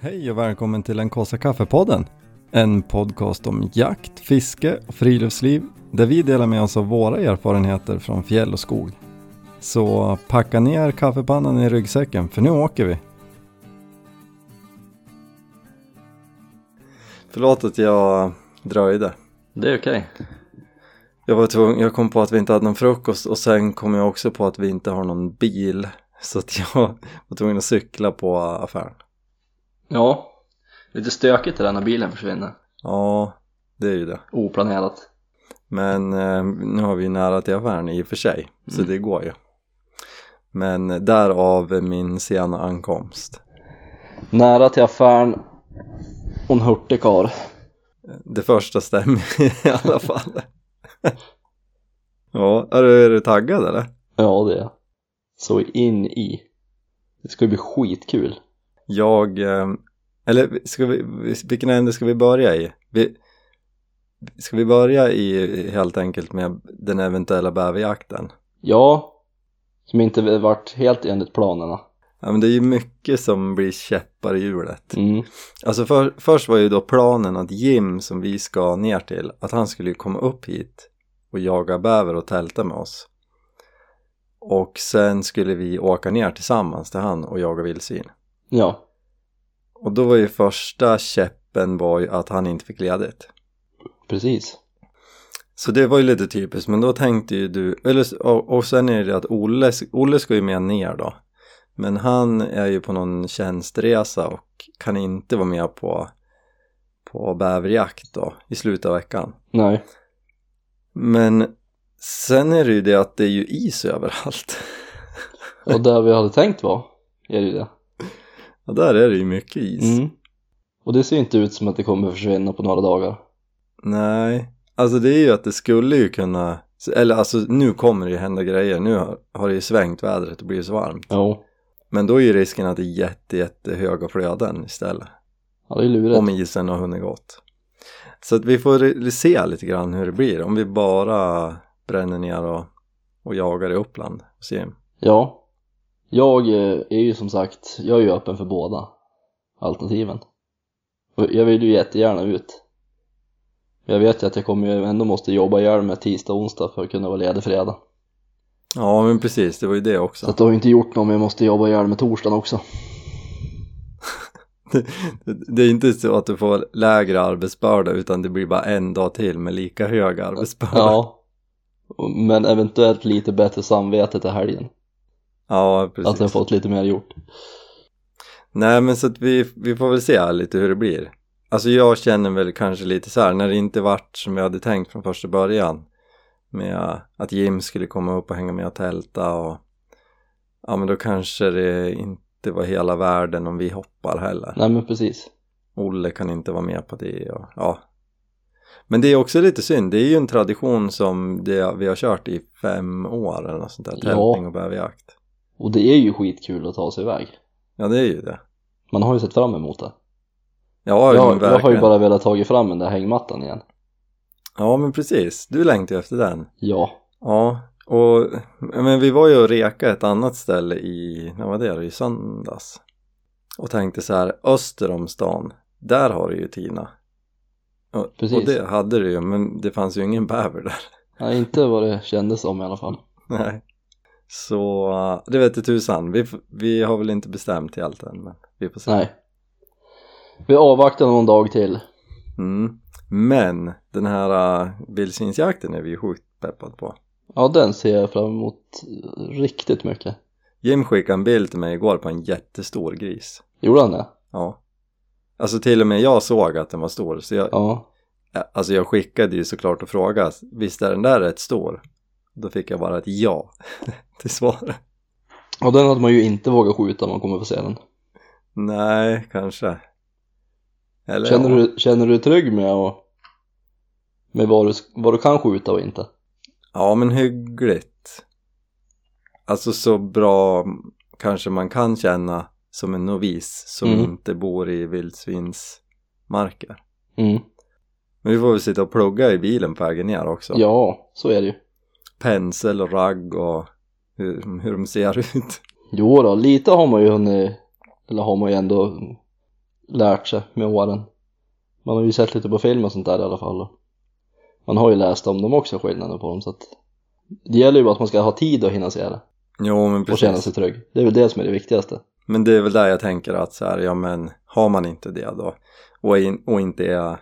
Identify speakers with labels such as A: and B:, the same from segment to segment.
A: Hej och välkommen till den kaffe kaffepodden. En podcast om jakt, fiske och friluftsliv där vi delar med oss av våra erfarenheter från fjäll och skog. Så packa ner kaffepannan i ryggsäcken för nu åker vi. Förlåt att jag dröjde.
B: Det är okej.
A: Jag, var tvungen, jag kom på att vi inte hade någon frukost och sen kom jag också på att vi inte har någon bil. Så att jag var tvungen att cykla på affären.
B: Ja. Lite stökigt det där när bilen försvinner.
A: Ja, det är ju det.
B: Oplanerat.
A: Men eh, nu har vi ju nära till affären i och för sig, så
B: Mm.
A: det går ju. Men därav min sena ankomst.
B: Nära till affären och en hurtig karl.
A: Det första stämmer i alla fall. ja, är du, är du taggad eller?
B: Ja det är jag. Så in i. Det ska ju bli skitkul.
A: Jag, eh, eller ska vi, vilken ände ska vi börja i? Vi, ska vi börja i helt enkelt med den eventuella bäverjakten?
B: Ja. Som inte varit helt enligt planerna.
A: Ja, men det är ju mycket som blir käppar i hjulet.
B: Mm.
A: Alltså för, först var ju då planen att Jim som vi ska ner till, att han skulle ju komma upp hit och jaga bäver och tälta med oss. Och sen skulle vi åka ner tillsammans till han och jaga vildsvin.
B: Ja.
A: Och då var ju första käppen var ju att han inte fick ledigt.
B: Precis.
A: Så det var ju lite typiskt, men då tänkte ju du, eller, och, och sen är det det att Olle, Olle ska ju med ner då. Men han är ju på någon tjänstresa och kan inte vara med på, på bäverjakt då i slutet av veckan.
B: Nej.
A: Men sen är det ju det att det är ju is överallt.
B: Och där vi hade tänkt var. Är det ju det.
A: Och där är det ju mycket is.
B: Mm. Och det ser ju inte ut som att det kommer försvinna på några dagar.
A: Nej, alltså det är ju att det skulle ju kunna, eller alltså nu kommer det ju hända grejer, nu har, har det ju svängt vädret och blivit så varmt.
B: Jo.
A: Men då är ju risken att det är jätte, jättehöga flöden istället.
B: Ja det är lurigt.
A: Om isen har hunnit gått. Så att vi får re- se lite grann hur det blir. Om vi bara bränner ner och, och jagar i Uppland. Och se.
B: Ja, jag eh, är ju som sagt, jag är ju öppen för båda alternativen. Och jag vill ju jättegärna ut. Men Jag vet ju att jag kommer ju ändå måste jobba ihjäl med tisdag och onsdag för att kunna vara ledig fredag.
A: Ja men precis, det var ju det
B: Så
A: också.
B: att det har ju inte gjort något men jag måste jobba ihjäl med torsdagen också.
A: Det är inte så att du får lägre arbetsbörda utan det blir bara en dag till med lika hög arbetsbörda.
B: Ja. Men eventuellt lite bättre samvete till helgen.
A: Ja,
B: Att jag
A: precis.
B: fått lite mer gjort.
A: Nej men så att vi, vi får väl se lite hur det blir. Alltså jag känner väl kanske lite så här när det inte vart som jag hade tänkt från första början. Med att Jim skulle komma upp och hänga med och tälta och ja men då kanske det inte var hela världen om vi hoppar heller.
B: Nej men precis.
A: Olle kan inte vara med på det och ja. Men det är också lite synd, det är ju en tradition som det, vi har kört i fem år eller något sånt där,
B: Ja.
A: tältning och bäverjakt.
B: Och det är ju skitkul att ta sig iväg.
A: Ja det är ju det.
B: Man har ju sett fram emot det.
A: Ja, men
B: Jag, jag har ju
A: verkligen.
B: bara velat tagit fram den där hängmattan igen.
A: Ja men precis, du längtar ju efter den.
B: Ja.
A: Ja, och men vi var ju och reka ett annat ställe i, när var det, i söndags. Och tänkte så här, öster om stan, där har du ju Tina. Och,
B: Precis.
A: och det hade du ju, men det fanns ju ingen bäver där.
B: Nej, inte vad det kändes som i alla fall.
A: Nej. Så eh, det vet du tusan, vi, f- vi har väl inte bestämt helt än, men vi får se.
B: Nej. Vi avvaktar någon dag till.
A: Mm. Men den här eh, vildsvinsjakten är vi ju sjukt peppad på.
B: Ja, den ser jag fram emot riktigt mycket.
A: Jim skickade en bild till mig igår på en jättestor gris.
B: Gjorde han det?
A: Ja. Alltså till och med jag såg att den var stor. Så jag,
B: Ja.
A: alltså jag skickade ju såklart och frågade, visst är den där rätt stor? Då fick jag bara ett ja till svar.
B: Och den hade man ju inte vågat skjuta om man kommer få se den.
A: Nej, kanske. Eller
B: Känner
A: ja.
B: du, känner du dig trygg med, och, med vad, du, sk- vad du kan skjuta och inte?
A: Ja, men hyggligt. Alltså så bra kanske man kan känna som en novis som
B: Mm.
A: inte bor i vildsvinsmarker.
B: Mm.
A: Men vi får väl sitta och plugga i bilen på vägen ner också.
B: Ja, så är det ju.
A: Pensel och ragg och hur, hur de ser ut.
B: Jo då, lite har man ju hunnit, eller har man ju ändå lärt sig med åren. Man har ju sett lite på film och sånt där i alla fall. Man har ju läst om dem också, skillnaden på dem. Så att det gäller ju bara att man ska ha tid att hinna se det
A: Jo, men
B: och känna sig
A: precis.
B: trygg. Det är väl det som är det viktigaste.
A: Men det är väl där jag tänker att så här, ja men har man inte det då och, in, och inte är,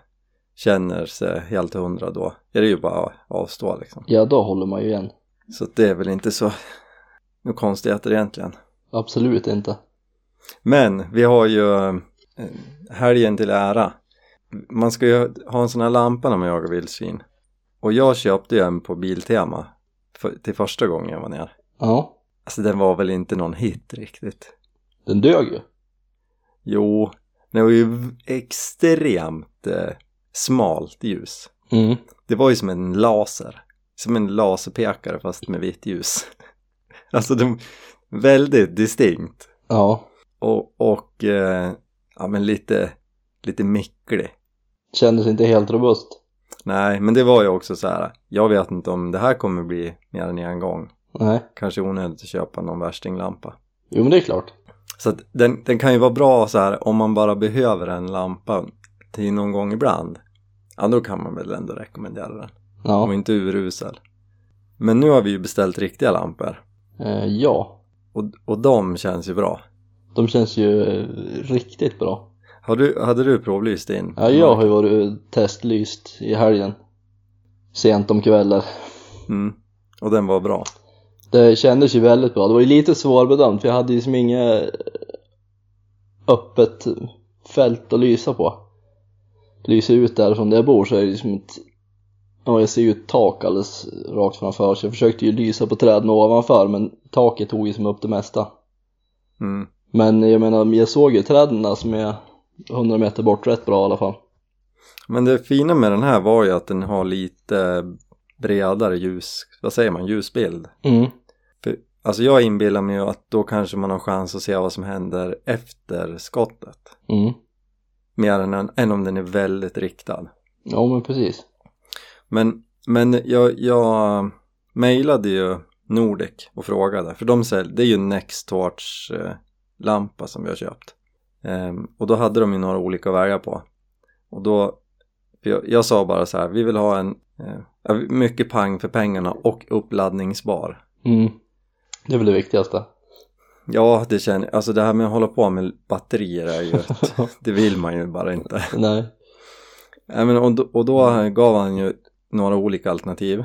A: känner sig helt hundra då är det ju bara att avstå liksom.
B: Ja, då håller man ju igen.
A: Så att det är väl inte så några konstigheter egentligen.
B: Absolut inte.
A: Men vi har ju eh, helgen till ära. Man ska ju ha en sån här lampa när man jagar vildsvin. Och jag köpte ju en på Biltema för, till första gången jag var ner.
B: Ja,
A: Alltså den var väl inte någon hit riktigt.
B: den dög ju.
A: Jo, den var ju v- extremt eh, smalt ljus.
B: Mm.
A: Det var ju som en laser. Som en laserpekare fast med vitt ljus. alltså den, väldigt distinkt.
B: Ja,
A: Och, och eh, ja men lite, lite micklig.
B: kändes inte helt robust.
A: Nej, men det var ju också så här. Jag vet inte om det här kommer bli mer än en gång.
B: Nej,
A: Kanske onödigt att köpa någon värstinglampa.
B: jo men det är klart.
A: Så att den, den kan ju vara bra så här om man bara behöver en lampa till någon gång ibland. Ja, då kan man väl ändå rekommendera den. Och
B: Ja,
A: inte urusel. Men nu har vi ju beställt riktiga lampor.
B: eh, ja.
A: Och, och de känns ju bra.
B: De känns ju eh, riktigt bra.
A: Har du, hade du provlyst in?
B: Ja, jag har ju varit eh, testlyst i helgen. Sent om kvällar.
A: Mm. Och den var bra.
B: Det kändes ju väldigt bra. Det var ju lite svårbedömt för jag hade ju som inget eh, öppet fält att lysa på. Lyser ut därifrån där jag bor så är det ju som ett... Ja, jag ser ju ett tak alldeles rakt framför så jag försökte ju lysa på träden ovanför men taket tog ju som upp det mesta.
A: Mm.
B: Men jag menar, jag såg ju träden där som är 100 meter bort rätt bra i alla fall.
A: Men det fina med den här var ju att den har lite bredare ljus, vad säger man, ljusbild.
B: Mm.
A: För, alltså jag inbillar mig ju att då kanske man har chans att se vad som händer efter skottet.
B: Mm.
A: Mer än, än om den är väldigt riktad.
B: Ja men precis.
A: Men, men jag, jag mejlade ju Nordic och frågade, för de säljer, det är ju Nextorch eh, lampa som vi har köpt. Ehm, och då hade de ju några olika vägar på. Och då, för jag, jag sa bara så här, vi vill ha en, eh, ja, mycket pang för pengarna och uppladdningsbar.
B: Mm. Det är väl det viktigaste.
A: Ja, det känner alltså det här med att hålla på med batterier är ju, ett, det vill man ju bara inte.
B: Nej.
A: Nej, men, och, då, och då gav han ju några olika alternativ,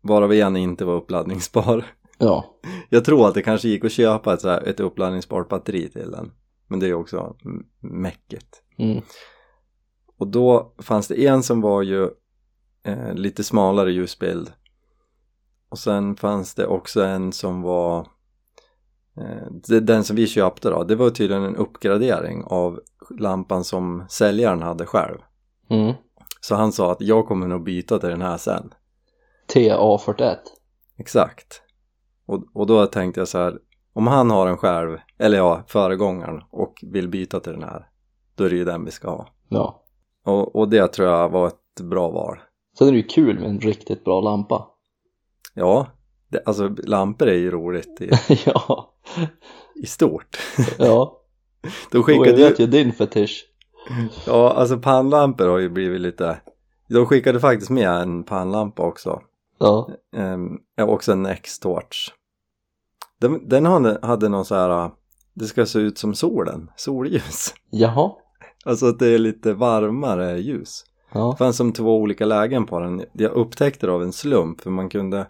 A: varav en inte var uppladdningsbar.
B: Ja.
A: Jag tror att det kanske gick att köpa ett, så här, ett uppladdningsbart batteri till den. Men det är också m- mäcket.
B: Mm.
A: Och då fanns det en som var ju eh, lite smalare ljusbild. Och sen fanns det också en som var eh, det- den som vi köpte då, det var tydligen en uppgradering av lampan som säljaren hade själv.
B: Mm.
A: Så han sa att jag kommer nog byta till den här sen.
B: TA41.
A: Exakt. Och, och då tänkte jag så här, om han har en själv, eller ja, föregångaren och vill byta till den här, då är det ju den vi ska ha.
B: Ja.
A: Och, och det tror jag var ett bra val.
B: Sen är det ju kul med en riktigt bra lampa.
A: Ja, det, alltså lampor är ju roligt i,
B: ja.
A: i stort.
B: Ja.
A: De
B: Och jag
A: skickade ju,
B: vet ju din fetisch.
A: ja alltså pannlampor har ju blivit lite, de skickade faktiskt med en pannlampa också.
B: Ja.
A: Ehm, ja, också en X-torch. Den, den hade, hade någon så här, äh, det ska se ut som solen, solljus.
B: Jaha.
A: Alltså att det är lite varmare ljus. Det
B: Ja.
A: fanns som två olika lägen på den. Jag upptäckte det av en slump för man kunde,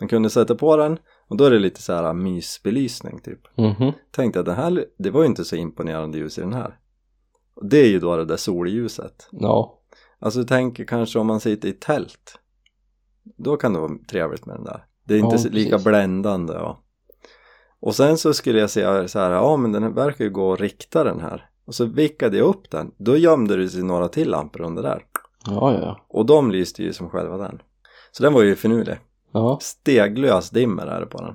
A: man kunde sätta på den och då är det lite så här mysbelysning typ.
B: Mhm.
A: Tänkte att den här, det var ju inte så imponerande ljus i den här. Och det är ju då det där solljuset.
B: Ja.
A: Alltså tänk kanske om man sitter i tält. Då kan det vara trevligt med den där. Det är inte
B: Ja,
A: så- lika
B: precis.
A: bländande. Ja. Och sen så skulle jag säga så här, ja men den här verkar ju gå att rikta den här. Och så vickade jag upp den, då gömde det sig några till lampor under där.
B: Ja, ja, ja.
A: Och de lyste ju som själva den. Så den var ju finurlig.
B: Ja,
A: Steglös dimmer är det på den.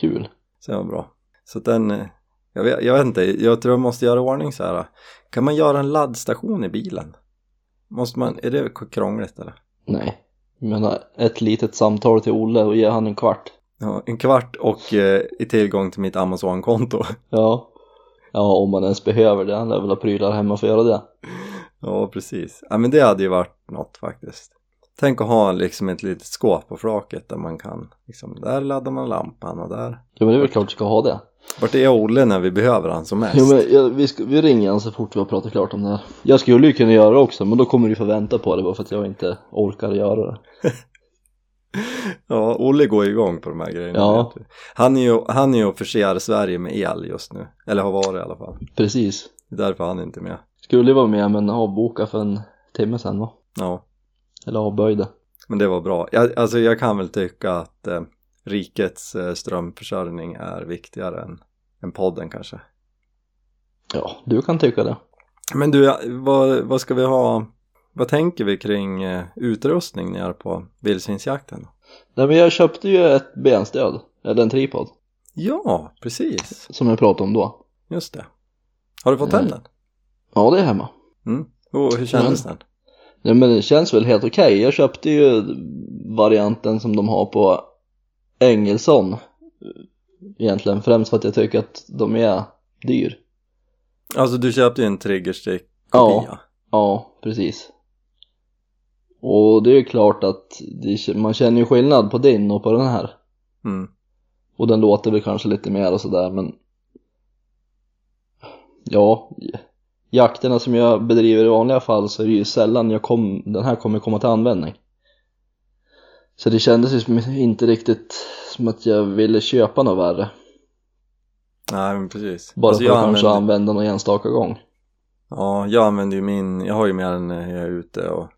B: kul.
A: Så den var bra. Så att den, eh, jag vet, jag vet inte, jag tror jag måste göra i ordning så här. Kan man göra en laddstation i bilen? Måste man, är det krångligt eller?
B: Nej. Jag menar, ett litet samtal till Olle och ge han en kvart.
A: Ja, en kvart och eh, i tillgång till mitt Amazon-konto.
B: Ja. Ja, om man ens behöver det. Han lär väl ha prylar hemma för att göra det.
A: Ja, precis. Ja, men det hade ju varit något faktiskt. Tänk att ha liksom ett litet skåp på flaket där man kan, liksom, där laddar man lampan och där.
B: Ja, men det är väl klart du ska ha det.
A: Vart är Olle när vi behöver han som mest?
B: Jo, men jag, vi, ska, vi ringer han så fort vi har pratat klart om det här. Jag skulle ju kunna göra det också, men då kommer du få vänta på det bara för att jag inte orkar göra det.
A: Ja, Olle går igång på de här grejerna.
B: Ja.
A: vet du. Han är ju, han är ju och förser Sverige med el just nu. Eller har varit i alla fall.
B: Precis.
A: Det är därför han är inte är med.
B: Skulle ju vara med men avboka för en timme sen va?
A: Ja,
B: Eller avböjde.
A: men det var bra. Jag, alltså jag kan väl tycka att eh, rikets eh, strömförsörjning är viktigare än, än podden kanske.
B: Ja, du kan tycka det.
A: Men du, vad, vad ska vi ha? Vad tänker vi kring eh, utrustning ni är på vildsvinsjakten?
B: Nej men jag köpte ju ett benstöd, eller en tripod,
A: Ja, precis.
B: som jag pratade om då.
A: Just det. Har du fått hem
B: Mm.
A: den?
B: Ja, det är hemma.
A: Mm. Oh, hur kändes den?
B: Nej men det känns väl helt okej. Jag köpte ju varianten som de har på Engelsson. eh, Egentligen främst för att jag tycker att de är dyr.
A: Alltså du köpte ju en triggerstick
B: Ja.
A: kopia.
B: Ja, precis. Och det är ju klart att det, man känner ju skillnad på din och på den här.
A: Mm.
B: Och den låter väl kanske lite mer och sådär men Ja Jakterna som jag bedriver i vanliga fall så är det ju sällan jag kom, den här kommer komma till användning Så det kändes ju som inte riktigt som att jag ville köpa något värre
A: Nej men precis.
B: Bara
A: Alltså,
B: för att kanske
A: använder-
B: använda någon enstaka gång
A: Ja, jag använder ju min, jag har ju med den när jag är ute och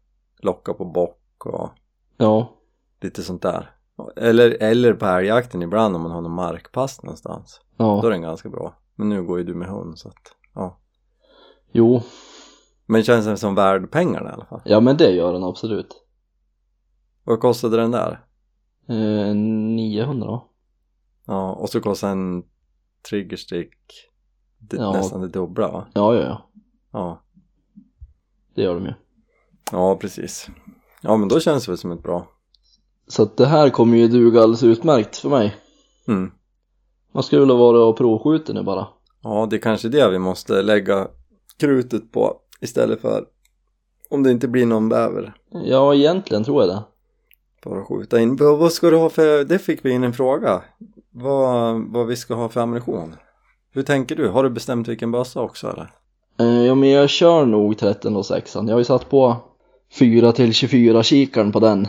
A: lockar på bock och
B: Ja,
A: lite sånt där. Eller, eller på älgjakten ibland om man har någon markpass någonstans. Då är
B: ja,
A: den ganska bra. Men nu går ju du med hund så att, ja.
B: jo,
A: Men känns den som värd pengarna i alla fall.
B: ja men det gör den absolut
A: Vad kostade den där?
B: eh, 900 va?
A: Ja, och så kostade en triggerstick det,
B: Ja.
A: nästan det dubbla va?
B: Ja, ja, ja,
A: Ja.
B: det gör de ju
A: ja, precis. Ja, men då känns det väl som ett bra.
B: Så att det här kommer ju duga alldeles utmärkt för mig
A: Mm.
B: Man skulle vilja vara och provskjuta nu bara
A: Ja, det är kanske det vi måste lägga krutet på istället för om det inte blir någon bäver
B: Ja, egentligen tror jag det.
A: bara att skjuta in. Vad vad ska du ha för, det fick vi in en fråga, vad, vad vi ska ha för ammunition. Hur tänker du? Har du bestämt vilken bössa också eller?
B: Eh, Ja, men jag kör nog 13 och 6 Jag har ju satt på 4 till 24 kikaren på den.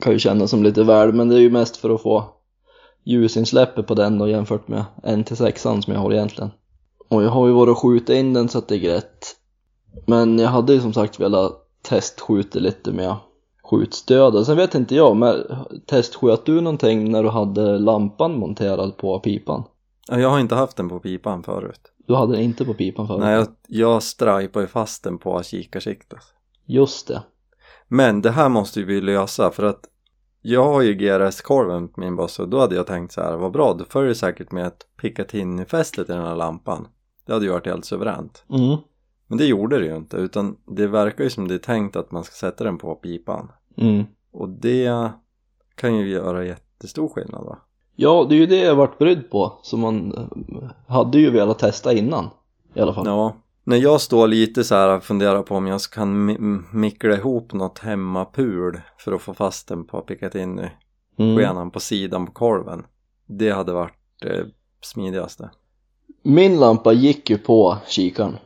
B: Kan ju kännas som lite väl, men det är ju mest för att få ljusinsläppet på den då jämfört med 1 till 6 som jag har egentligen. Och jag har ju varit och skjutit in den så att det är grätt. Men jag hade ju som sagt velat testskjuta lite med skjutstödet. Sen vet inte jag, men testsköt du någonting när du hade lampan monterad på pipan?
A: Ja, Jag har inte haft den på pipan förut.
B: Du hade den inte på pipan förut?
A: Nej, jag, jag strajpar ju fast den på kikarsiktet.
B: Just det.
A: Men det här måste ju vi lösa för att jag har ju GRS-korven på min bössa och då hade jag tänkt så här, vad bra, då följer det säkert med ett Picatinny-fästet i den här lampan. Det hade ju varit helt suveränt.
B: Mm.
A: Men det gjorde det ju inte, utan det verkar ju som det är tänkt att man ska sätta den på pipan.
B: Mm.
A: Och det kan ju göra jättestor skillnad va?
B: Ja, det är ju det jag varit brydd på, som man eh, hade ju velat testa innan i alla fall.
A: Ja. När jag står lite så här och funderar på om jag kan mi- m- mickla ihop något hemmapul för att få fast den på Picatinny
B: Mm.
A: skenan på sidan på korven. Det hade varit eh, smidigaste.
B: Min lampa gick ju på kikaren.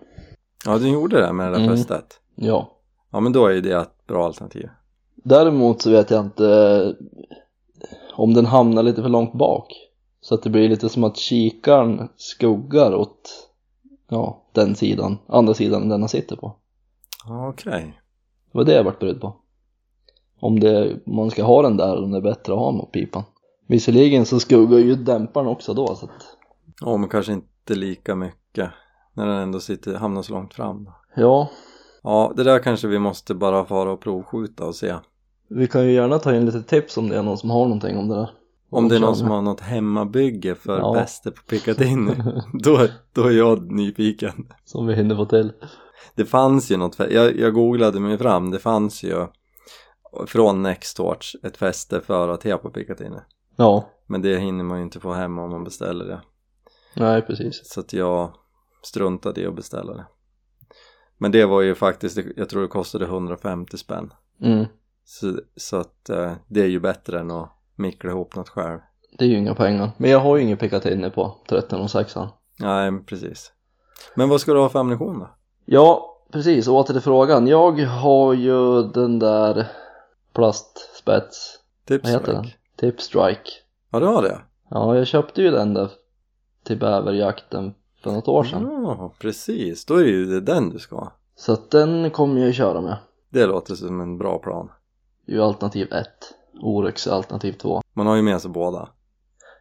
A: Ja, du gjorde det med det där
B: Mm.
A: fästet.
B: Ja.
A: Ja, men då är ju det ett bra alternativ.
B: Däremot så vet jag inte eh, om den hamnar lite för långt bak. Så att det blir lite som att kikaren skuggar åt ja, den sidan, andra sidan den han sitter på.
A: Ja, Okej.
B: Det var det jag varit beredd på. Om det, man ska ha den där eller om det är bättre att ha mot pipan. Visserligen så skuggar ju dämparen också då så att,
A: Ja, men kanske inte lika mycket när den ändå sitter, hamnar så långt fram. då.
B: ja,
A: Ja, det där kanske vi måste bara fara och provskjuta och se.
B: vi kan ju gärna ta in lite tips om det är någon som har någonting om det där.
A: Om det är någon som har något hemmabygge för
B: Ja.
A: fäste på Piccadilly, då, då är jag nyfiken.
B: Som vi hinner få till.
A: Det fanns ju något, fä- jag, jag googlade mig fram, det fanns ju från Nextorch ett fäste för att på Piccadilly.
B: Ja,
A: Men det hinner man ju inte få hem om man beställer det.
B: nej precis.
A: Så att jag, struntade i att beställa det. Men det var ju faktiskt, jag tror det kostade 150 spänn.
B: Mm.
A: Så, så att eh, det är ju bättre än att mickla ihop något själv.
B: Det är ju inga pengar. Men jag har ju ingen Picatinny på 13 och 6
A: Nej, men precis. Men vad ska du ha för ammunition då?
B: Ja, precis. Åter till frågan. Jag har ju den där plastspets,
A: Tips
B: vad heter den? Tip Strike.
A: Ja, du har det?
B: Ja, jag köpte ju den där till bäverjakten för något år sedan.
A: Ja, precis. Då är det ju den du ska ha.
B: Så att den kommer jag ju köra med.
A: Det låter som en bra plan.
B: Det är ju alternativ 1. Oryx är alternativ 2.
A: Man har ju med sig båda.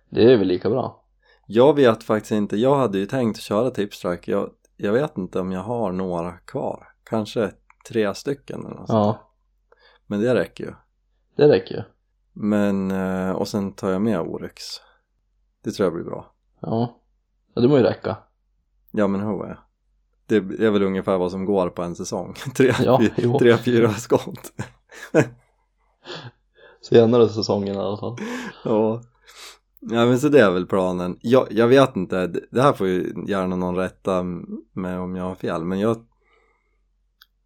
B: Det är väl lika bra.
A: Jag vet faktiskt inte, jag hade ju tänkt köra tipstrike. Jag, jag vet inte om jag har några kvar. Kanske tre stycken eller något. sånt.
B: Ja,
A: Men det räcker ju.
B: det räcker ju.
A: Men, eh, och sen tar jag med Oryx. Det tror jag blir bra.
B: Ja. ja, det må ju räcka.
A: Ja men hur är det? Det är väl ungefär vad som går på en säsong. Tre,
B: Ja,
A: fy-
B: jo.
A: tre fyra skott.
B: Senare säsongen i alla fall.
A: Ja. ja, men så det är väl planen. Jag, jag vet inte, det det här får ju gärna någon rätta med om jag har fel, men jag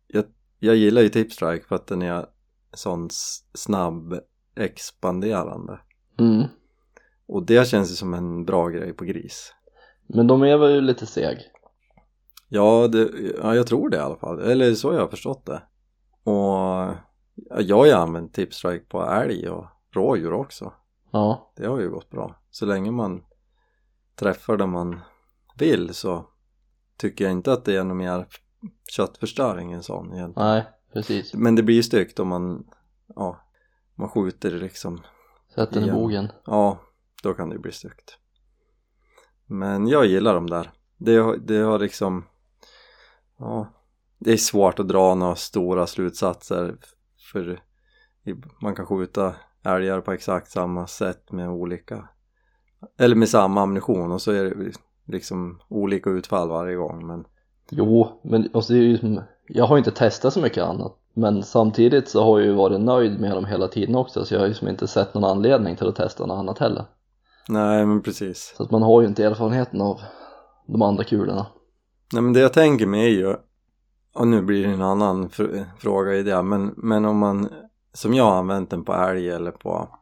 A: jag, jag gillar ju Tipstrike för att den är sån s- snabb expanderande
B: Mm.
A: och det känns ju som en bra grej på gris.
B: Men de är väl lite seg.
A: Ja, det, ja jag tror det i alla fall, eller så har jag förstått det. Och ja, jag har ju använt Tipstrike på älg och rådjur också.
B: Ja,
A: det har ju gått bra. Så länge man träffar det man vill så tycker jag inte att det är någon mer köttförstöring än sån egentligen.
B: nej, precis.
A: Men det blir ju styggt om man, ja, man skjuter liksom.
B: Sätt den i
A: Igen.
B: bogen.
A: Ja, då kan det ju bli styggt. Men jag gillar dem där. Det, har- det har liksom, ja, det är svårt att dra några stora slutsatser för i- man kan skjuta älgar på exakt samma sätt med olika, eller med samma ammunition och så är det liksom olika utfall varje gång men
B: Jo, men alltså, det är ju som, jag har ju inte testat så mycket annat. Men samtidigt så har jag ju varit nöjd med dem hela tiden också så jag har ju som inte sett någon anledning till att testa något annat heller.
A: nej men precis.
B: Så att man har ju inte erfarenheten av de andra kulorna.
A: Nej men det jag tänker mig är ju och nu blir det en annan fr- fråga i det men, men om man som jag har använt den på älg eller på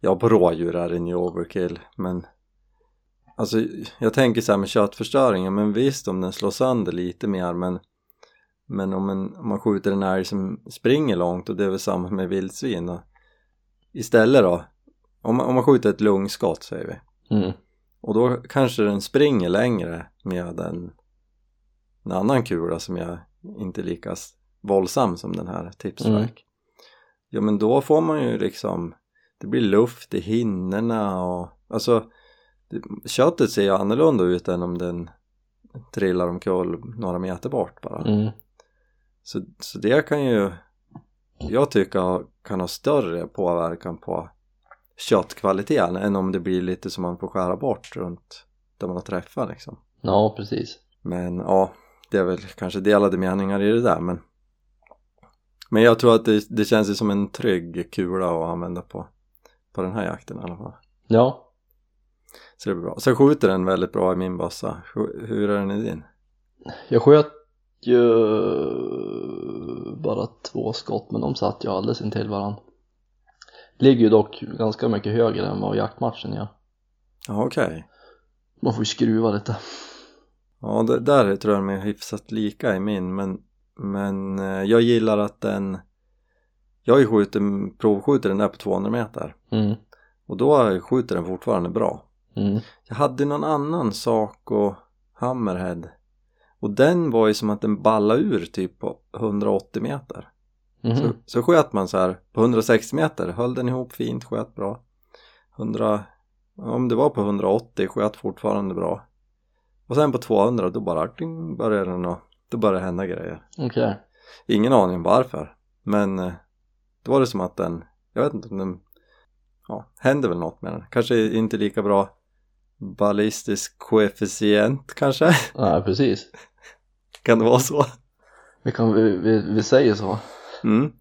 A: ja på rådjur är den ju overkill men alltså jag tänker så här med köttförstöringen men visst om den slår sönder lite mer men men om, en, om man skjuter en älg som springer långt och det är väl samma med vildsvin och, istället då om, man- om man skjuter ett lungskott säger vi
B: Mm.
A: och då kanske den springer längre med en, en annan kula som är inte lika s- våldsam som den här tipsverk.
B: Mm.
A: Ja men då får man ju liksom, det blir luft i hinnorna och alltså det, köttet ser ju annorlunda ut än om den trillar omkull några meter bort bara.
B: Mm.
A: Så, så det kan ju jag tycka ha- kan ha större påverkan på köttkvaliteten än om det blir lite som man får skära bort runt där man har träffat liksom.
B: Ja, precis.
A: Men ja, det är väl kanske delade meningar i det där men men jag tror att det, det känns ju som en trygg kula att använda på på den här jakten i alla fall.
B: Ja,
A: Så det blir bra. Sen skjuter den väldigt bra i min bössa. Hur- Hur är den i din?
B: jag sköt ju bara två skott men de satt ju alldeles intill varandra. Ligger ju dock ganska mycket högre än vad jaktmatchen gör.
A: Ja okej.
B: Man får ju skruva lite.
A: Ja, det, där tror jag de är hyfsat lika i min men, men eh, jag gillar att den jag har ju skjutit, provskjutit den där på 200 meter
B: Mm.
A: och då skjuter den fortfarande bra
B: Mm.
A: jag hade någon annan sak och Hammerhead och den var ju som att den ballade ur typ på 180 meter
B: Mhm.
A: så, så sköt man så här på 160 meter höll den ihop fint, sköt bra 100, om det var på 180 sköt fortfarande bra och sen på 200 då bara ding, började den och då började det hända grejer
B: Okej.
A: ingen aning om varför men eh, då var det som att den jag vet inte om den ja, hände väl något med den kanske inte lika bra ballistisk koefficient kanske
B: Nej, precis.
A: kan det vara så?
B: Vi, kan, vi, vi, vi säger så.
A: Mm.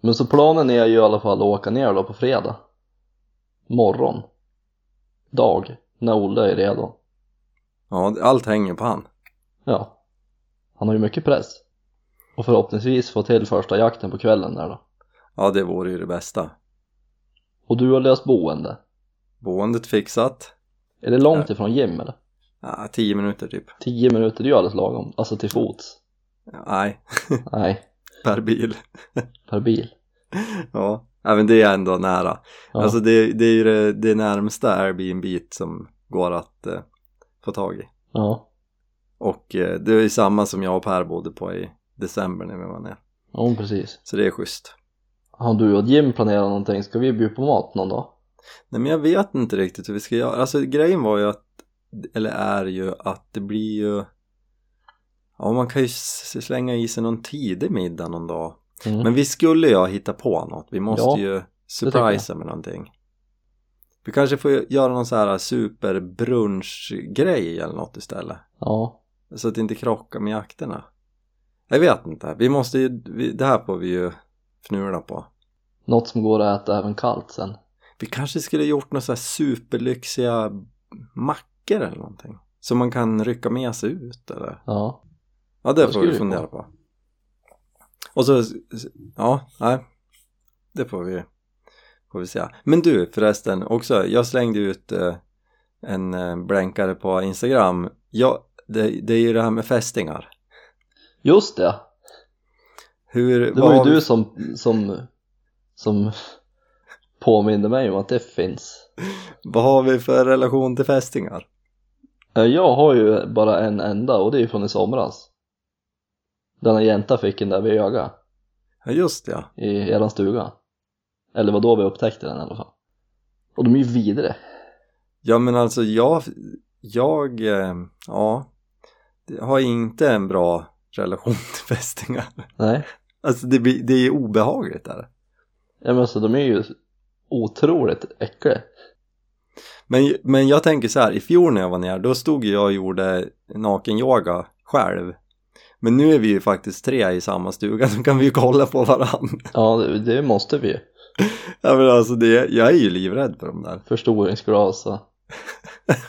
B: Men så planen är ju i alla fall att åka ner då på fredag. Morgon. Dag. När Olle är redo.
A: Ja, allt hänger på han.
B: Ja. Han har ju mycket press. Och förhoppningsvis få till första jakten på kvällen där då.
A: Ja, det vore ju det bästa.
B: Och du har löst boende.
A: Boendet fixat.
B: Är det långt ifrån gym eller?
A: Ja, tio minuter typ.
B: 10 minuter, det är ju alldeles lagom. Alltså till fots.
A: Ja, Nej,
B: Nej,
A: per bil.
B: per bil.
A: Ja, ja men det är ändå nära.
B: Ja.
A: Alltså det, det är ju det, det närmsta Airbnb som går att eh, få tag i.
B: Ja.
A: Och eh, det är ju samma som jag och Per bodde på i december när vi var nere.
B: Ja, men precis.
A: Så det är schysst.
B: Har du och Jim planerat någonting? Ska vi bjuda på mat någon dag?
A: Nej men jag vet inte riktigt hur vi ska göra. Alltså grejen var ju att, eller är ju att det blir ju, ja man kan ju s- slänga i sig någon tidig middag någon dag.
B: Mm.
A: Men vi skulle ju hitta på något, vi måste
B: Ja,
A: ju
B: tycker jag.
A: surprisa med någonting. Vi kanske får göra någon så här superbrunchgrej eller något istället.
B: Ja.
A: Så att det inte krockar med jakterna. Jag vet inte, vi måste ju, vi, det här får vi ju fnula på.
B: Något som går att äta även kallt sen.
A: Vi kanske skulle gjort några så här superlyxiga mackor eller någonting. Som man kan rycka med sig ut eller?
B: Ja.
A: Ja, det
B: Det
A: får
B: skulle
A: vi
B: vi
A: fundera på. Och så, ja, nej. Det får vi, får vi säga. Men du förresten, också, jag slängde ut eh, en eh, blänkare på Instagram. Ja, det, det är ju det här med fästingar.
B: Just det!
A: Hur,
B: Det
A: vad
B: var
A: har
B: ju
A: vi-
B: du som, som, som påminde mig om att det finns.
A: Vad har vi för relation till fästingar?
B: Eh, Jag har ju bara en enda och det är ju från i somras. Denna jänta fick den där vid ögat
A: Ja, just det, ja.
B: i eran stuga. Eller vad då vi upptäckte den i alla fall. Och de är ju vidre.
A: Ja, men alltså jag, jag, eh, ja, har inte en bra relation till fästingar.
B: Nej,
A: Alltså det, blir- det är obehagligt där.
B: ja, men alltså de är ju otroligt äckliga.
A: Men, men jag tänker så här, i fjol när jag var nere, då stod ju jag och gjorde nakenyoga själv. Men nu är vi ju faktiskt tre i samma stuga, så kan vi ju kolla på varann.
B: Ja, det, det måste vi ju.
A: Ja, men alltså det, jag är ju livrädd för de där.
B: Förstoringsglas och...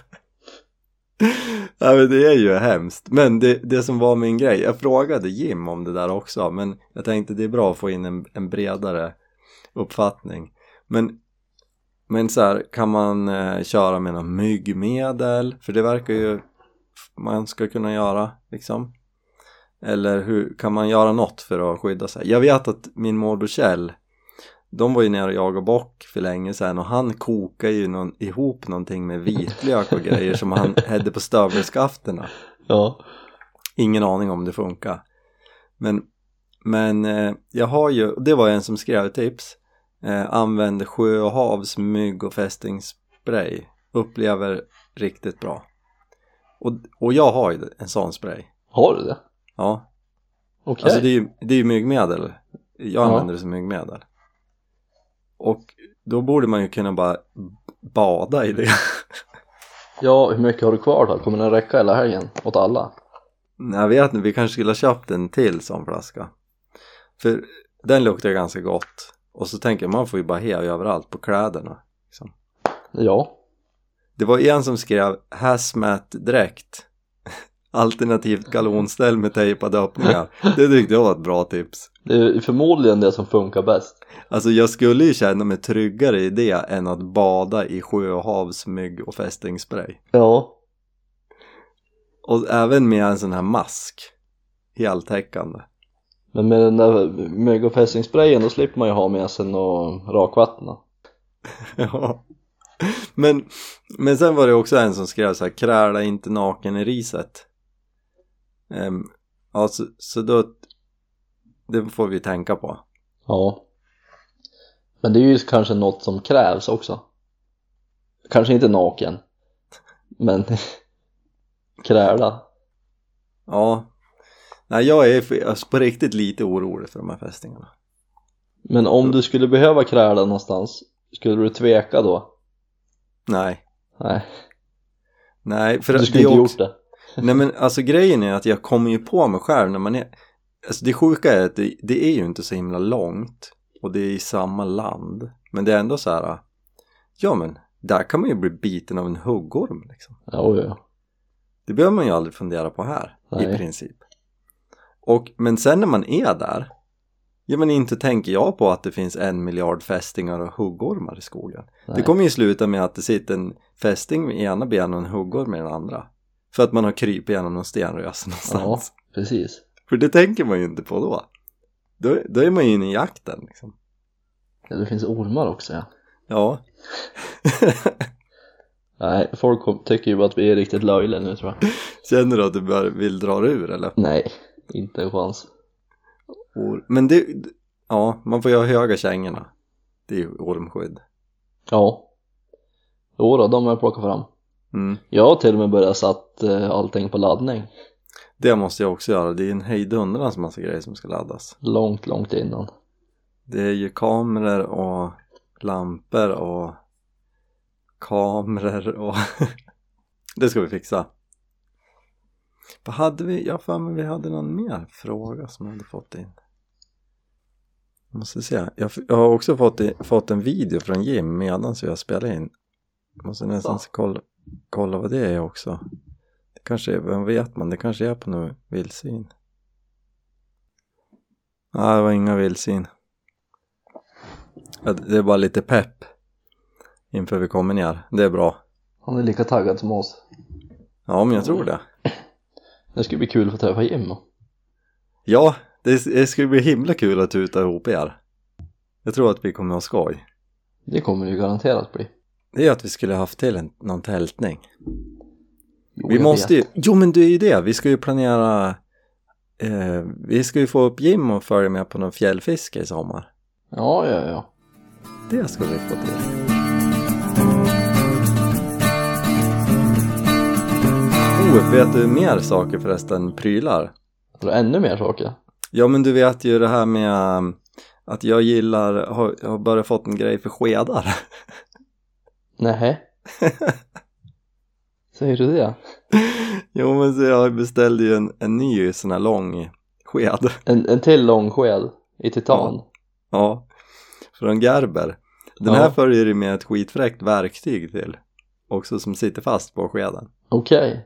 A: Ja, men det är ju hemskt. Men det, det som var min grej, jag frågade Jim om det där också, men jag tänkte det är bra att få in en, en bredare uppfattning. Men, men så här, kan man eh, köra med något myggmedel? För det verkar ju man ska kunna göra liksom. Eller hur, kan man göra något för att skydda sig? Jag vet att min morbror Kjell, de var ju nere och jagade bock för länge sedan och han kokade ju någon, ihop någonting med vitlök och grejer som han hade på stövelskafterna.
B: Ja,
A: Ingen aning om det funkar. Men, men eh, jag har ju, det var en som skrev tips. Eh, använder sjö och havs mygg och fästingsspray. Upplever riktigt bra. Och, och jag har ju en sån spray.
B: har du det?
A: Ja,
B: Okej.
A: Alltså det är ju, det är ju myggmedel. Jag
B: Ja.
A: använder det som myggmedel. Och då borde man ju kunna bara bada i det.
B: Ja, hur mycket har du kvar då? Kommer den räcka hela helgen åt alla?
A: Nej, Jag vet inte, vi kanske skulle ha köpt en till sån flaska. För den luktar ganska gott. Och så tänker jag, man får ju bara hea överallt på kläderna. Liksom.
B: Ja,
A: Det var en som skrev hazmat dräkt Alternativt galonställ med tejpade öppningar. Det tyckte jag var ett bra tips.
B: det är förmodligen det som funkar bäst.
A: Alltså jag skulle ju känna mig tryggare i det än att bada i sjö och havs mygg och fästingsspray.
B: Ja,
A: Och även med en sån här mask. Heltäckande.
B: men med den där mygg och fästingsprayen då slipper man ju ha med sig och rakvatten. då.
A: Ja. Men, men sen var det också en som skrev så här kräla inte naken i riset. Um, ja, så, så då det får vi tänka på.
B: Ja. Men det är ju kanske något som krävs också. Kanske inte naken, men kräla.
A: Ja. Nej, jag är alltså, på riktigt lite orolig för de här fästingarna.
B: Men om du skulle behöva kräla någonstans, skulle du tveka då?
A: Nej.
B: Nej,
A: Nej, för
B: du
A: det
B: skulle
A: är
B: inte
A: också-
B: gjort det.
A: Nej men alltså grejen är att jag kommer ju på mig själv när man är Alltså det sjuka är att det, det är ju inte så himla långt och det är i samma land men det är ändå så här Ja men där kan man ju bli biten av en huggorm liksom
B: Ja, oj, oj.
A: Det behöver man ju aldrig fundera på här
B: Nej.
A: i princip. Och, men sen när man är där, ja men inte tänker jag på att det finns en miljard fästingar och huggormar i skogen. Det
B: Nej.
A: kommer ju sluta med att det sitter en fästing i ena benet och en huggorm i den andra. För att man har krypit igenom någon stenrös
B: Ja,
A: någonstans.
B: precis.
A: För det tänker man ju inte på då. Då, då är man ju inne i jakten liksom.
B: Ja, det finns ormar också ja.
A: Ja,
B: Nej, folk kom- tycker ju bara att vi är riktigt löjliga nu tror jag.
A: känner du att du bör, vill dra dig ur eller?
B: Nej, inte en chans.
A: Or- Men det, ja, man får ju ha höga kängorna. Det är ju ormskydd.
B: Ja. Jo då, de har jag plockat fram.
A: Mm.
B: Jag har till och med börjat satt eh, allting på laddning.
A: Det måste jag också göra, det är en hejdundrans massa grejer som ska laddas.
B: Långt, långt innan.
A: Det är ju kameror och lampor och kameror och det ska vi fixa. Vad hade vi? Jag har för mig vi hade någon mer fråga som jag hade fått in. Jag måste se. Jag, jag har också fått, i, fått en video från Jim medan jag spelar in. Jag måste nästan
B: Ja.
A: kolla, kolla vad det är också. Det kanske är, vem vet man, det kanske är på något vildsvin. Nej, det var inga vildsvin. Ja, Det är bara lite pepp inför vi kommer ner. Det är bra.
B: Han är lika taggad som oss.
A: Ja, men jag
B: Mm.
A: tror det.
B: Det skulle bli kul att få träffa Jim.
A: Ja, det, det ska ju bli himla kul att tuta ihop er. Jag tror att vi kommer ha skoj.
B: Det kommer det ju garanterat bli.
A: Det är att vi skulle haft till en, någon tältning.
B: Jo,
A: Vi
B: Oh, jag
A: måste
B: vet.
A: ju, jo men det är ju det, vi ska ju planera, eh, vi ska ju få upp Jim och följa med på någon fjällfiske i sommar.
B: Ja, ja, ja.
A: Det skulle vi få till. Oh, vet du mer saker förresten, prylar?
B: Jag tror ännu mer saker.
A: Ja men du vet ju det här med um, att jag gillar, har, har bara fått en grej för skedar.
B: Nähä? Säger du det?
A: jo men så jag beställde ju en, en ny sån här lång sked.
B: En, en till lång sked i titan?
A: ja, från Gerber. Den
B: Ja.
A: här följer ju med ett skitfräckt verktyg till. Också som sitter fast på skeden.
B: Okej.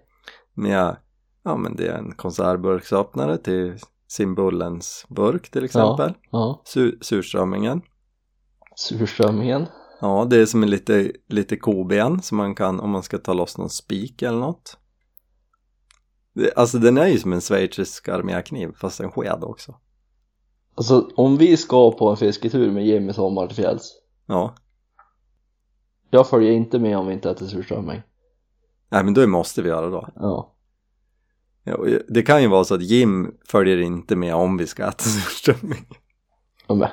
A: Med, ja men det är en konservburksöppnare till Simbullens burk till exempel.
B: Ja.
A: Su- surströmmingen.
B: Surströmmingen?
A: Ja, det är som en lite, lite koben som man kan om man ska ta loss någon spik eller något. Det, alltså den är ju som en schweizisk armékniv fast en sked också.
B: Alltså om vi ska på en fisketur med Jim i sommar till fjälls.
A: Ja,
B: Jag följer inte med om vi inte äter surströmming.
A: nej men då måste vi göra då.
B: Ja.
A: Ja, och Det kan ju vara så att Jim följer inte med om vi ska äta surströmming.
B: Ja, men.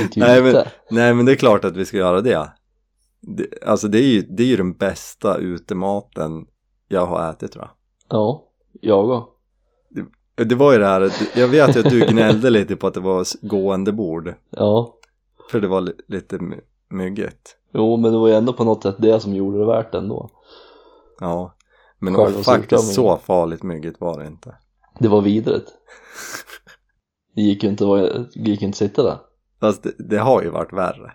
B: Sitter ju
A: Nej, men-
B: ute.
A: Nej men det är klart att vi ska göra det. det alltså det är, ju, det är ju den bästa utematen jag har ätit tror jag.
B: Ja. Jag och.
A: Det var ju det här, att- jag vet ju att du gnällde lite på att det var s- gående bord.
B: Ja.
A: För det var li- lite my- myggigt.
B: Jo men det var ju ändå på något sätt det som gjorde det värt ändå.
A: Ja. Men
B: Själva
A: och faktiskt så
B: surströmmingen.
A: farligt myggigt var det inte.
B: Det var vidrigt. Det gick ju inte att vara- det gick ju inte att sitta där.
A: Fast det, det har ju varit värre.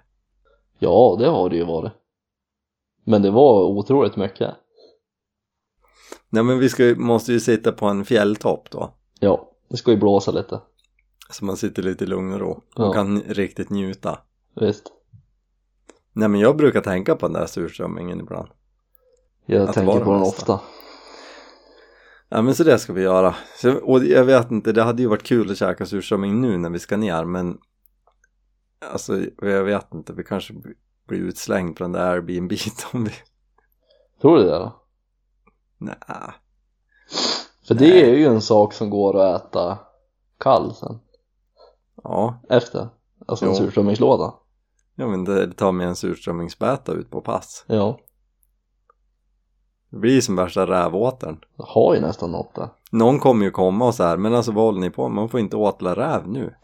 B: Ja, det har det ju varit. Men det var otroligt mycket.
A: Nej men vi ska, ju- måste ju sitta på en fjälltopp då.
B: Ja, det ska ju blåsa lite.
A: Så man sitter lite i lugn och ro och
B: Ja.
A: kan riktigt njuta.
B: Visst.
A: Nej men jag brukar tänka på den där surströmmingen ibland.
B: Jag
A: Att det var
B: tänker
A: det
B: på den
A: bästa.
B: ofta.
A: Ja men så det ska vi göra. Så, och jag vet inte, det hade ju varit kul att käka surströmming nu när vi ska ner men alltså jag vet inte, vi kanske blir utslängd från det där Airbnb om vi...
B: Tror du det då?
A: Nej.
B: För
A: Nej.
B: det är ju en sak som går att äta kall sen.
A: Ja,
B: Efter. Alltså en
A: Jo.
B: surströmmingslåda.
A: Ja men det tar med en surströmmingsbäta ut på pass.
B: Ja.
A: Det blir som värsta rävåtern.
B: Det har ju nästan något där.
A: Någon kommer ju komma och så här, men alltså vad håller ni på med? Man får inte åtla räv nu.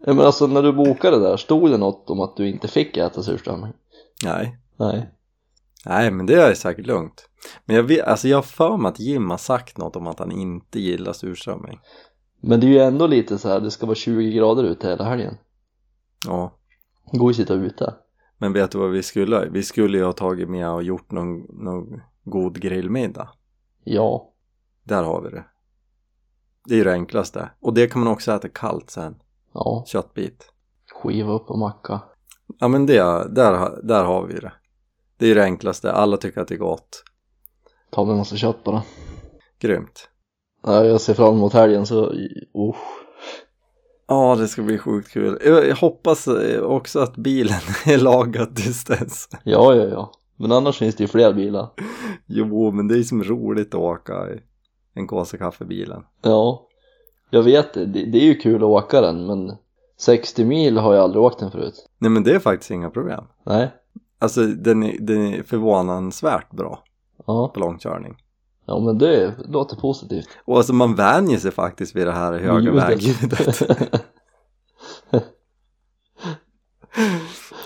B: Ja, men alltså när du bokade där, stod det något om att du inte fick äta surströmming?
A: Nej.
B: Nej.
A: Nej men det är säkert lugnt. Men jag vet, alltså jag har för mig att Jim har sagt något om att han inte gillar surströmming.
B: Men det är ju ändå lite så här, det ska vara 20 grader ute hela helgen.
A: Ja.
B: Det går ju att sitta ute.
A: Men vet du vad vi skulle ha? Vi skulle ju ha tagit med och gjort någon, någon god grillmiddag.
B: Ja,
A: Där har vi det. Det är ju det enklaste. Och det kan man också äta kallt sen.
B: ja,
A: Köttbit.
B: skiva upp och macka.
A: Ja men det, där, ha- där har vi det. Det är ju det enklaste. Alla tycker att det är gott.
B: Ta med massa kött bara.
A: Grymt.
B: Ja, jag ser fram emot helgen så, usch.
A: Ja, det ska bli sjukt kul. Jag jag hoppas eh, också att bilen är lagad tills dess.
B: Ja, ja, ja. Men annars finns det ju fler bilar.
A: Jo, men det är ju som roligt att åka i en kåsa kaffebilen.
B: Ja, jag vet det. Det det är ju kul att åka den, men 60 mil har jag aldrig åkt den förut.
A: Nej, men det är faktiskt inga problem.
B: Nej,
A: Alltså, den är, den är förvånansvärt bra
B: ja,
A: på långkörning.
B: ja men det låter positivt.
A: Och alltså man vänjer sig faktiskt vid det här höga
B: Ljudet.
A: vägljudet.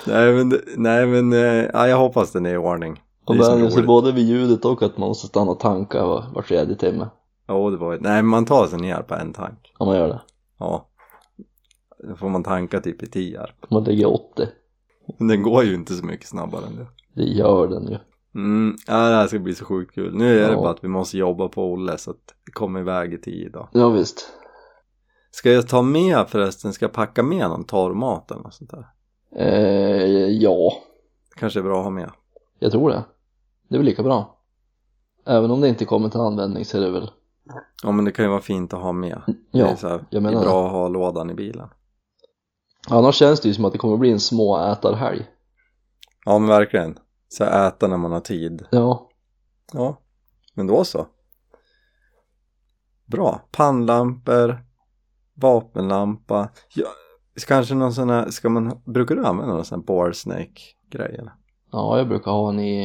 A: nej men, nej, men eh, ja, jag hoppas den är i ordning.
B: Och
A: Det är så
B: vänjer sig
A: roligt.
B: både vid ljudet och att man måste stanna och tanka var, var tredje timme.
A: Ja, det var Nej, men man tar sig ner på en tank.
B: Ja, man gör det.
A: Ja. Då får man tanka typ i Tierp.
B: Man lägger 80.
A: Men den går ju inte så mycket snabbare än det.
B: Det gör den ju.
A: Mm, ja, det här ska bli så sjukt kul. Nu är det
B: Ja.
A: bara att vi måste jobba på Olle så att det kommer iväg i tid idag.
B: Ja, visst.
A: Ska jag ta med förresten, ska jag packa med någon torrmat eller något sånt där?
B: Eh, ja,
A: Kanske är bra att ha med.
B: jag tror det. Det är väl lika bra. Även om det inte kommer till användning så är det väl...
A: Ja men det kan ju vara fint att ha med. det är
B: Ja,
A: så här,
B: jag
A: det
B: menar
A: är
B: det.
A: bra att ha lådan i bilen.
B: Annars känns det ju som att det kommer bli en småätarhelg.
A: Ja men verkligen. Så här, äta när man har tid.
B: Ja,
A: Ja, men då så. Bra. Pannlampor, vapenlampa. Ja, kanske någon sån här, ska man, brukar du använda någon sån här bore snake grej eller?
B: ja jag brukar ha en i,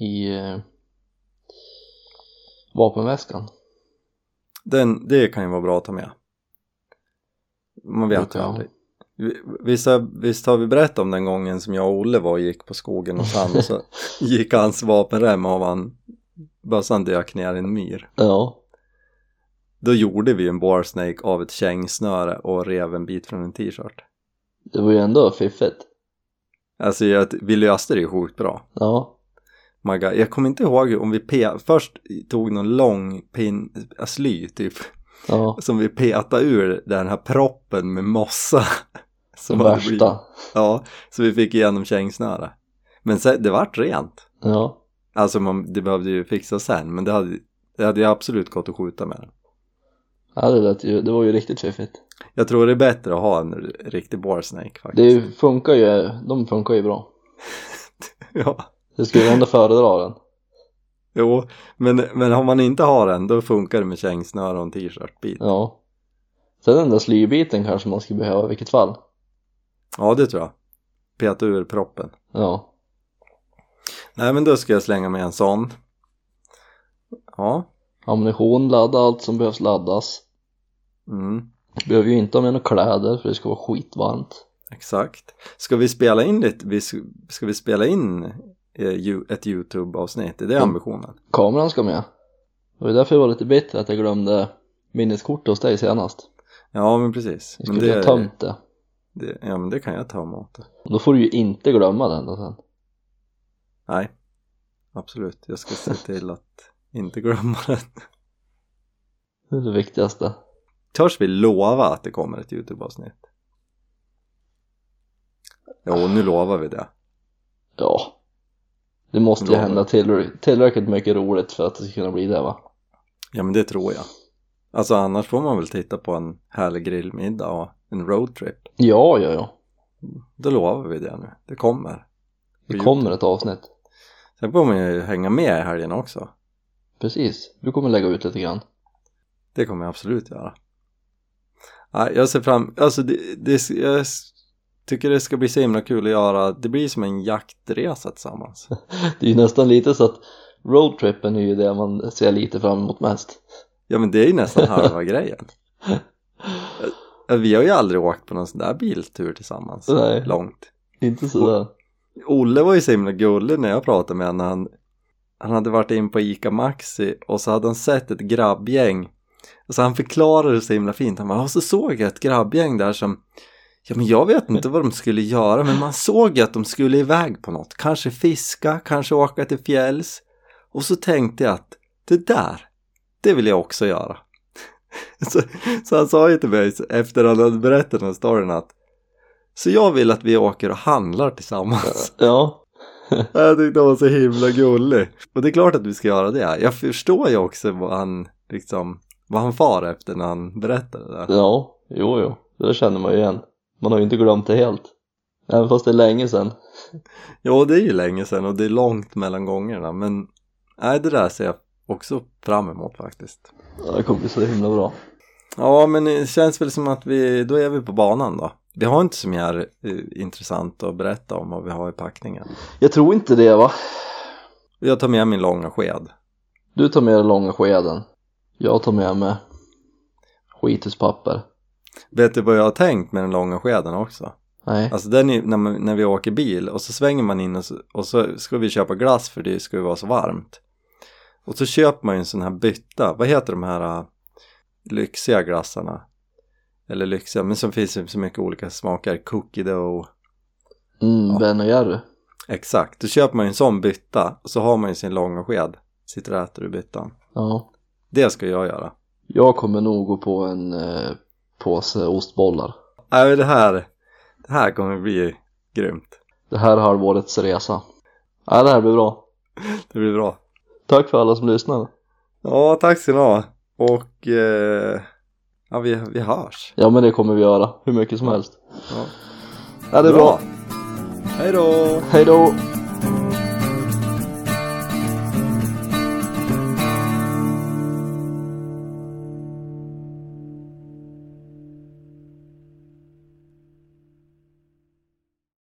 B: i eh, vapenväskan.
A: Den, det kan ju vara bra att ta med. Man vet
B: Brukar
A: ju
B: jag.
A: aldrig. Vi- Visst har, visst har vi berättat om den gången som jag och Olle var och gick på skogen och sand och så gick hans vapenrem av han bössan dök ner i en myr.
B: Ja,
A: Då gjorde vi en bar snake av ett kängsnöre och rev en bit från en t-shirt.
B: det var ju ändå fiffigt.
A: Alltså jag, vi löste det ju sjukt bra.
B: Ja,
A: My God. Jag kommer inte ihåg om vi pe- först tog någon lång pin, äh, sly typ,
B: ja,
A: som vi petade ur den här proppen med mossa.
B: den
A: Som hade blivit-
B: värsta.
A: Ja, så vi fick igenom kängsnöre. Men sen, det vart rent.
B: Ja,
A: Alltså man, det behövde ju fixas sen, men det hade, det hade ju absolut gått att skjuta med den.
B: ja det, lät ju, det var ju riktigt fiffigt.
A: Jag tror det är bättre att ha en r- riktig bar snake faktiskt.
B: Det funkar ju, de funkar ju bra.
A: Ja,
B: Jag skulle ändå föredra den.
A: jo, men, men om man inte har den, då funkar det med kängsnöre och en t-shirtbit. Ja.
B: Ja. Sen den där slybiten kanske man skulle behöva i vilket fall.
A: det tror jag. Peta ur proppen.
B: Ja,
A: Nej, men då ska jag slänga med en sån. Ja,
B: ammunition, ladda allt som behövs laddas.
A: mm,
B: Behöver ju inte ha med några kläder för det ska vara skitvarmt.
A: exakt. Ska vi spela in lite, vi, sk- ska vi spela in eh, ju- ett YouTube-avsnitt? Är det
B: Mm.
A: ambitionen?
B: Kameran ska med. Det var därför jag var lite bitter att jag glömde minneskortet hos dig senast.
A: Ja men precis.
B: Jag
A: Men
B: skulle ha
A: det,
B: tömt det.
A: det, ja men det kan jag ta emot. det.
B: Då får du ju inte glömma den då sen.
A: Nej, absolut. Jag ska se till att inte glömma den.
B: Det är det viktigaste.
A: Törs vi lova att det kommer ett YouTube-avsnitt? Jo, nu lovar vi det.
B: Ja. Det måste ju
A: Bra.
B: hända tillräck- tillräckligt mycket roligt för att det ska kunna bli det va?
A: Ja men det tror jag. Alltså annars får man väl titta på en härlig grillmiddag och en roadtrip.
B: Ja, ja, ja.
A: Då lovar vi det nu. Det kommer.
B: Det
A: På
B: kommer ett avsnitt.
A: Sen får man ju hänga med i helgen också.
B: Precis. Du kommer lägga ut lite grann.
A: Det kommer jag absolut göra. Nej, jag ser fram alltså det, det, jag s- tycker det ska bli så himla kul att göra. Det blir som en jaktresa tillsammans.
B: Det är ju nästan lite så att roadtrippen är ju det man ser lite fram emot mest.
A: Ja, men det är ju nästan halva grejen. Eh, Vi har ju aldrig åkt på någon sån där biltur tillsammans.
B: Nej.
A: Långt.
B: Inte sådär.
A: Olle var ju så himla gullig när jag pratade med honom. Han, han hade varit in på ICA Maxi och så hade han sett ett Alltså, grabbgäng. Och så han förklarade det så himla fint. Han bara, och så såg jag ett grabbgäng där som Ja, men jag vet inte vad de skulle göra, men man såg ju att de skulle iväg på något. Kanske fiska, kanske åka till fjälls. Och så tänkte jag att det där, det vill jag också göra. Så, så han sa ju till mig efter han hade berättat den här storyn att så jag vill att vi åker och handlar tillsammans.
B: Ja.
A: Jag tyckte han var så himla gullig. Och det är klart att vi ska göra det. Jag förstår ju också vad han liksom, vad han far efter när han berättade det. där.
B: Ja, jo, jo. Det känner man ju igen. Man har ju inte glömt det helt. Även fast det är länge sedan.
A: Jo, det är ju länge sedan och det är långt mellan gångerna, men nej, det där ser jag också fram emot faktiskt.
B: Ja, Det kommer bli så himla bra.
A: Ja, men det känns väl som att vi, då är vi på banan då. Vi har inte så mer eh, intressant att berätta om vad vi har i packningen.
B: Jag tror inte det va?
A: Jag tar med min långa sked.
B: Du tar med dig långa skeden. Jag tar med mig skituspapper.
A: Vet du vad jag har tänkt med den långa skeden också?
B: Nej.
A: Alltså den är, när, man, när vi åker bil och så svänger man in och så, och så ska vi köpa glass för det ska ju vara så varmt. Och så köper man ju en sån här bytta, vad heter de här äh, lyxiga glassarna? Eller lyxiga, men som finns ju så mycket olika smaker, cookie dough.
B: Mm, Ben och Jerry.
A: Exakt, då köper man ju en sån bytta och så har man ju sin långa sked, sitter och äter ur byttan.
B: Ja.
A: Det ska jag göra.
B: Jag kommer nog gå på en eh, påse ostbollar.
A: Nej Äh, men det här, det här kommer bli grymt.
B: Det här är halvårets resa. Ja, det här blir bra.
A: Det blir bra.
B: Tack för alla som lyssnade.
A: Ja, tack ska ni ha. Och eh, ja, vi, vi hörs.
B: Ja, men det kommer vi göra hur mycket som helst.
A: Ja.
B: Ja, det är bra.
A: Hej då!
B: Hej då!